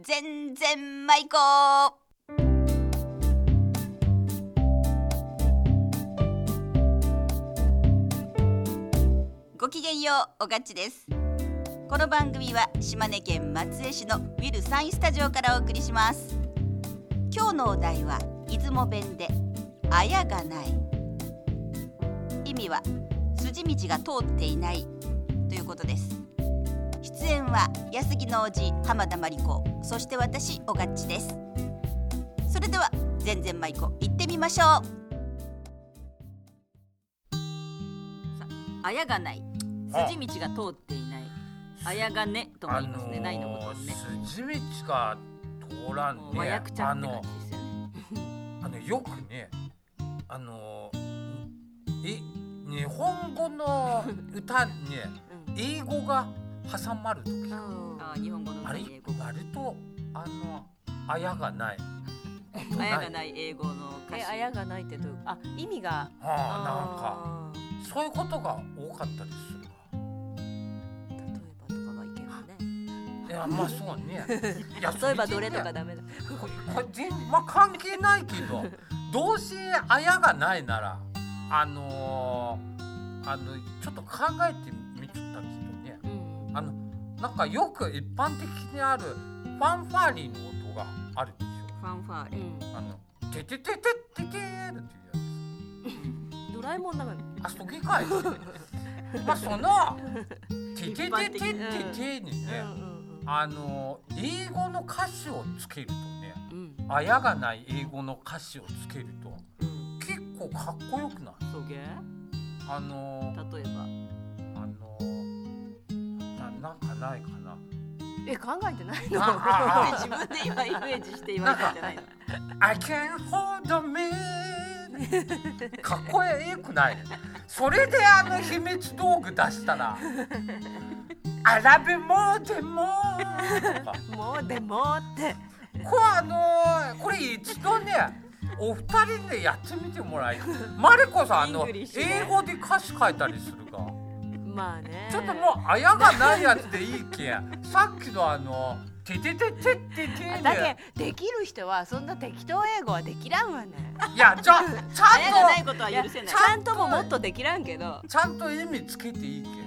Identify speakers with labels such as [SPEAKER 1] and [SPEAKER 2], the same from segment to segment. [SPEAKER 1] 全然舞子ごきげんようおがっちですこの番組は島根県松江市のウィルサインスタジオからお送りします今日のお題は出雲弁であやがない意味は筋道が通っていないということです出演は安木のおじ浜田真理子そして私おがっちですそれでは全然舞子行ってみましょうさあやがない
[SPEAKER 2] あ
[SPEAKER 1] 筋道が通っていないあやがねとも言いますね、ないのことにね
[SPEAKER 2] あのー筋道が通らんね
[SPEAKER 1] もう和訳ちゃ
[SPEAKER 2] あ
[SPEAKER 1] んって感
[SPEAKER 2] の
[SPEAKER 1] じですよね
[SPEAKER 2] あのよくねあのーい日本語の 歌にね英語が挟まるとき
[SPEAKER 1] あー日本語の
[SPEAKER 2] あれ
[SPEAKER 1] ない英語
[SPEAKER 2] あれとあのあやがない
[SPEAKER 1] あやがない英語の歌
[SPEAKER 3] え、
[SPEAKER 1] 詞
[SPEAKER 3] あやがないってどういう、あ、意味が。
[SPEAKER 2] あ
[SPEAKER 3] あ
[SPEAKER 2] あ
[SPEAKER 3] ー
[SPEAKER 2] なんかそういうことが多かったりするわ
[SPEAKER 3] 例えばとかがいけるね。
[SPEAKER 2] いやまあそう ねいや
[SPEAKER 3] 例えばどれと
[SPEAKER 2] そね
[SPEAKER 3] かダメだ。
[SPEAKER 2] ここれ全まあ関係ないけ どどうせあやがないならあのーあのちょっと考えてみちゃったけどね
[SPEAKER 3] うん。
[SPEAKER 2] あのなんかよく一般的にあるファンファーリーの音があるでし
[SPEAKER 1] ファンファーレ、
[SPEAKER 2] ょあの「ててててててて」っていうやつ
[SPEAKER 3] ドラえもんだから。
[SPEAKER 2] あそこかい まあその「てててててて」にね
[SPEAKER 3] うん
[SPEAKER 2] あの英語の歌詞をつけるとね
[SPEAKER 3] うん
[SPEAKER 2] あやがない英語の歌詞をつけると
[SPEAKER 3] うん。
[SPEAKER 2] 結構かっこよくない
[SPEAKER 3] そうげ。例
[SPEAKER 2] あのー
[SPEAKER 3] えば。
[SPEAKER 2] あのーななんかないかな
[SPEAKER 3] え、考えてない
[SPEAKER 2] ああ
[SPEAKER 3] の。
[SPEAKER 1] 自分で今イメージして言われたんじゃないの
[SPEAKER 2] I can hold me かっこええくないそれであの秘密道具出したら I love you more than more とか
[SPEAKER 3] もうでもって。
[SPEAKER 2] これあのーこれ一度ねお二人でやってみてもらいたいマリコさんあ
[SPEAKER 3] イン
[SPEAKER 2] の
[SPEAKER 3] グリッシュね
[SPEAKER 2] 英語で歌詞書いたりするか
[SPEAKER 3] まあね。
[SPEAKER 2] ちょっともうあやがないやつでいいけ んさっきのあの「てててててて」
[SPEAKER 3] だけ
[SPEAKER 2] で
[SPEAKER 3] どできる人はそんな適当英語はできらんわね。
[SPEAKER 2] いや じゃあち
[SPEAKER 1] あやがな
[SPEAKER 2] ゃ
[SPEAKER 1] い
[SPEAKER 2] ん
[SPEAKER 1] ことはい
[SPEAKER 3] や
[SPEAKER 1] 許せない
[SPEAKER 3] ちゃんとももっとできらんけど。
[SPEAKER 2] とちゃんと意味つけていいけん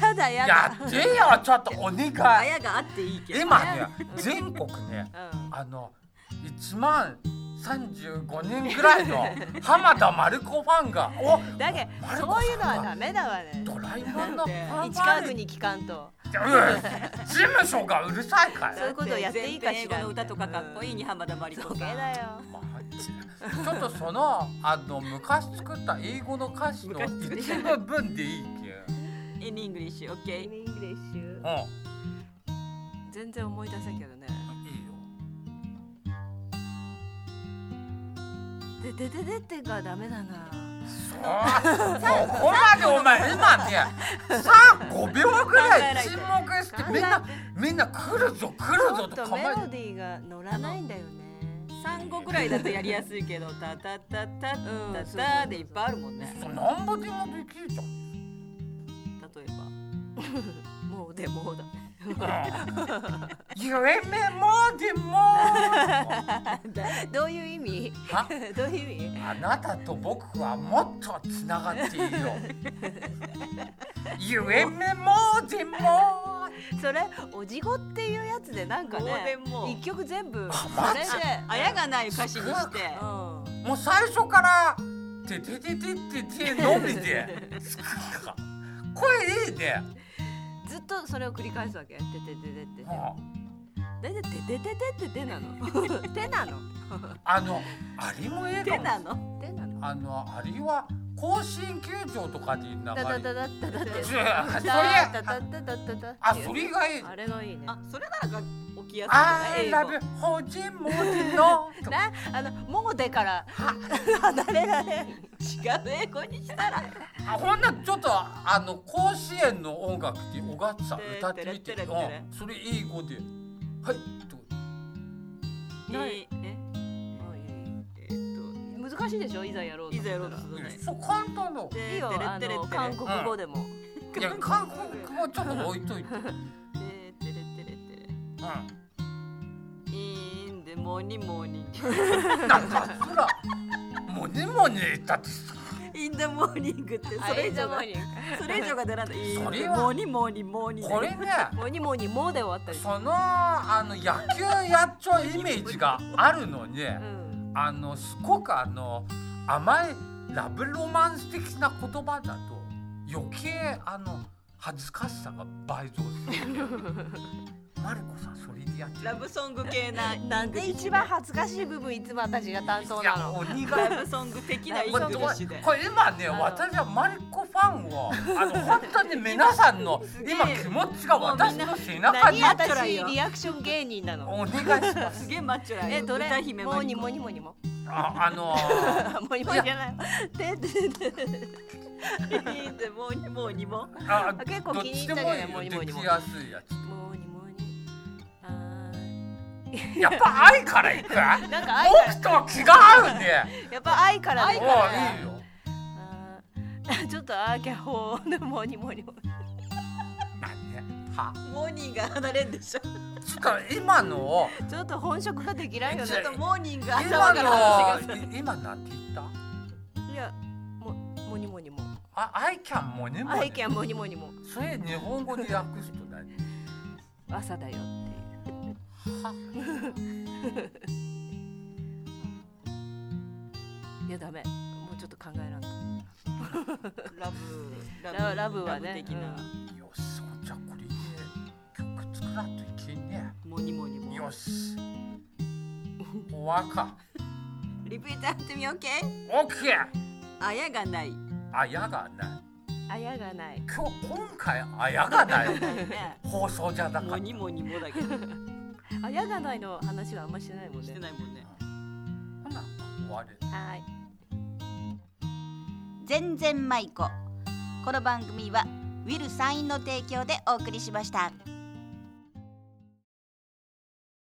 [SPEAKER 3] やだや
[SPEAKER 2] や
[SPEAKER 3] だ。
[SPEAKER 2] ってよちょっとお願
[SPEAKER 1] あ
[SPEAKER 2] い
[SPEAKER 1] やがあっていいけど
[SPEAKER 2] 今ね全国ね
[SPEAKER 3] うん。
[SPEAKER 2] あの1万35人ぐらい の浜田マルコファンが「お
[SPEAKER 3] だけ
[SPEAKER 2] マルコさん
[SPEAKER 3] そういうのは
[SPEAKER 2] が
[SPEAKER 3] ダメだわね。
[SPEAKER 2] ドラえもんのファン
[SPEAKER 3] 一
[SPEAKER 2] ファ
[SPEAKER 3] 川
[SPEAKER 2] ーレ
[SPEAKER 3] に聞かんと。
[SPEAKER 2] うん事務所がうるさいか
[SPEAKER 3] そうい
[SPEAKER 2] ら
[SPEAKER 3] うことをやっていいかし
[SPEAKER 1] 全編
[SPEAKER 3] ら
[SPEAKER 1] 英語の歌とかかっこいいに浜田真理
[SPEAKER 3] そ
[SPEAKER 1] 子
[SPEAKER 3] げ
[SPEAKER 1] さん
[SPEAKER 3] だよ。
[SPEAKER 2] マジちょっとそのあの昔作った英語の歌詞の
[SPEAKER 1] 昔作っ
[SPEAKER 2] 一部分でいい
[SPEAKER 1] インイングリッシュオッケ
[SPEAKER 3] イ
[SPEAKER 1] ー
[SPEAKER 3] ングリッシュ
[SPEAKER 2] けんうん
[SPEAKER 3] 全然思い出せんけどね。
[SPEAKER 2] いいよ
[SPEAKER 3] ででででってがダメだな。
[SPEAKER 2] そうここまでお前今ねさあ5秒ぐらい沈黙してみんなみんな来るぞ来る
[SPEAKER 3] ちょ
[SPEAKER 2] ぞ
[SPEAKER 3] っ
[SPEAKER 2] と
[SPEAKER 3] とメ
[SPEAKER 2] 構
[SPEAKER 3] ロ
[SPEAKER 2] えて
[SPEAKER 3] ディーが乗らないんだよね。
[SPEAKER 1] 産後ぐらいだとやりやすいけどタタタタタ
[SPEAKER 3] うんそうそう
[SPEAKER 1] タでいっぱいあるもんね
[SPEAKER 2] そうなんぼでもできるじゃん
[SPEAKER 1] 例えば
[SPEAKER 3] もうでもだ。
[SPEAKER 2] 夢もでもあ
[SPEAKER 3] どういう意味？ どういう意味？
[SPEAKER 2] あなたと僕はもっとつながっているよ夢もでも
[SPEAKER 3] それおじごっていうやつでなんか
[SPEAKER 1] もうで
[SPEAKER 3] ね
[SPEAKER 1] も。
[SPEAKER 3] 一曲全部
[SPEAKER 2] あ
[SPEAKER 3] そ
[SPEAKER 2] マジ
[SPEAKER 3] れで。
[SPEAKER 1] あやがない歌詞にして
[SPEAKER 3] うん。
[SPEAKER 2] もう最初から「てててててて」のみで作るかこれいいね、
[SPEAKER 3] ずっとそれを繰り返すわけ。でででででで。
[SPEAKER 2] うん
[SPEAKER 3] だいたいでででででなの。でなの。
[SPEAKER 2] あの、あれもええ
[SPEAKER 1] 手
[SPEAKER 2] かも
[SPEAKER 1] なの
[SPEAKER 3] でなの。
[SPEAKER 2] あの、あれは甲子園球場とかで流れ
[SPEAKER 3] だだだだだだって。
[SPEAKER 2] ちょあそれ
[SPEAKER 3] だだだだだだ。
[SPEAKER 2] あ、それがいい
[SPEAKER 3] あれがいいね。
[SPEAKER 1] あそれならが起きやすい
[SPEAKER 2] あ
[SPEAKER 1] ん
[SPEAKER 2] ー、
[SPEAKER 1] じゃ
[SPEAKER 2] ラ
[SPEAKER 1] な
[SPEAKER 2] ブ
[SPEAKER 1] い英語、
[SPEAKER 2] ほじもじのとか
[SPEAKER 3] なあのもうでから離れられん
[SPEAKER 1] 違う英語にしたら
[SPEAKER 2] あほんならちょっと、あの、甲子園の音楽で小勝さん歌ってみて
[SPEAKER 1] てれてれてれ
[SPEAKER 2] うんそれいい語ではい、と
[SPEAKER 3] ない
[SPEAKER 1] えええーっ
[SPEAKER 3] 難しいでしょいざやろう
[SPEAKER 1] と
[SPEAKER 3] と
[SPEAKER 1] い
[SPEAKER 3] 思
[SPEAKER 1] ざ
[SPEAKER 3] っ
[SPEAKER 1] やろうと
[SPEAKER 3] たら
[SPEAKER 1] するのに
[SPEAKER 2] そう、簡単だ
[SPEAKER 3] いいよあ
[SPEAKER 1] テレテレ
[SPEAKER 3] の
[SPEAKER 1] テレ
[SPEAKER 3] 韓国語でも、
[SPEAKER 2] いや、韓国もちょっと置いといてうん
[SPEAKER 1] テレテレテレテレねモーニーモーニー
[SPEAKER 2] なんだそらモニモニ言ったってさ
[SPEAKER 1] インダモーニングってそれ以上がそれ以上が出らない
[SPEAKER 2] それは
[SPEAKER 1] モーニーモーニーモーニー
[SPEAKER 2] これね
[SPEAKER 3] モニモニモで終わったり。
[SPEAKER 2] そのあの野球やっちゃうイメージがあるのに
[SPEAKER 3] うん。
[SPEAKER 2] あのすごくあの甘いラブロマンス的な言葉だと余計あの恥ずかしさが倍増するマリコさんそれでやってる
[SPEAKER 1] ラブソング系な
[SPEAKER 3] なんで一番恥ずかしい部分いつも私が担当
[SPEAKER 2] い
[SPEAKER 3] な
[SPEAKER 2] や
[SPEAKER 3] の。
[SPEAKER 2] 鬼が
[SPEAKER 1] ラブソング的な
[SPEAKER 2] これ
[SPEAKER 1] 色
[SPEAKER 2] どう
[SPEAKER 1] 出しで
[SPEAKER 2] これ今ね
[SPEAKER 3] ん
[SPEAKER 2] 私はマリコファンをあの本当に皆さんの
[SPEAKER 1] すげえ
[SPEAKER 2] 今気持ちが私の背
[SPEAKER 1] もうみん
[SPEAKER 2] 中に
[SPEAKER 1] な
[SPEAKER 2] あ
[SPEAKER 1] 何や
[SPEAKER 3] 私リアクション芸人なの。
[SPEAKER 2] お願いします
[SPEAKER 1] すげえマッチョだよ
[SPEAKER 3] えどれ
[SPEAKER 1] 歌？姫
[SPEAKER 3] モ
[SPEAKER 1] マ
[SPEAKER 3] ニ
[SPEAKER 1] リコ
[SPEAKER 3] モニモニモ。
[SPEAKER 2] ああの
[SPEAKER 3] モニモニじゃない。でで
[SPEAKER 1] い
[SPEAKER 3] で
[SPEAKER 1] いねモーニーモーニーも
[SPEAKER 2] あ
[SPEAKER 3] 結構
[SPEAKER 2] どっ
[SPEAKER 3] 気に入っ
[SPEAKER 2] ちで
[SPEAKER 3] たんじゃ
[SPEAKER 2] も
[SPEAKER 3] ない
[SPEAKER 2] いいよ
[SPEAKER 3] モニモ
[SPEAKER 2] で
[SPEAKER 3] ニモ
[SPEAKER 2] きやすいや
[SPEAKER 3] モニモニ。あ
[SPEAKER 2] つやっぱ愛からいく
[SPEAKER 3] ーなんか愛か
[SPEAKER 2] 僕とは気が合うね
[SPEAKER 3] らやっぱ愛から
[SPEAKER 2] お
[SPEAKER 3] だ
[SPEAKER 2] う
[SPEAKER 3] から
[SPEAKER 2] いいよ
[SPEAKER 3] あーちょっとあーキャホーでモニモニモニ。
[SPEAKER 2] なんでは
[SPEAKER 1] モーニーが離れんでしょ
[SPEAKER 2] ちょっと今のを
[SPEAKER 3] ちょっと本職ができないよ
[SPEAKER 1] ちょっ
[SPEAKER 3] ね。
[SPEAKER 1] とモーニング
[SPEAKER 2] 今
[SPEAKER 1] 頭から話が
[SPEAKER 2] のい今なんて言った
[SPEAKER 3] いやもモニモニモ。
[SPEAKER 2] あ愛キャンもねも
[SPEAKER 3] 愛キャンモニモニモ。
[SPEAKER 2] それ日本語で訳すと何
[SPEAKER 3] 朝だよっていう。いやダメもうちょっと考えらんと
[SPEAKER 1] ラブ
[SPEAKER 3] ララブはね
[SPEAKER 1] ラブ的な
[SPEAKER 2] よしそんじゃこれで曲作らんといけんね
[SPEAKER 1] モニモニも
[SPEAKER 2] よしおわか
[SPEAKER 1] リピートやってみようけ
[SPEAKER 2] オッケー
[SPEAKER 1] あやがない
[SPEAKER 2] あやがない
[SPEAKER 3] あやがない
[SPEAKER 2] 今日今回あやがない
[SPEAKER 1] ね
[SPEAKER 2] 放送じゃなか
[SPEAKER 1] モ
[SPEAKER 2] った
[SPEAKER 1] ニモニもだけど
[SPEAKER 3] あやがないの話はあんましてないもん
[SPEAKER 1] し
[SPEAKER 3] ね
[SPEAKER 1] てないもんね
[SPEAKER 2] ほな終わる
[SPEAKER 3] は
[SPEAKER 1] 全然舞子この番組はウィルサインの提供でお送りしました。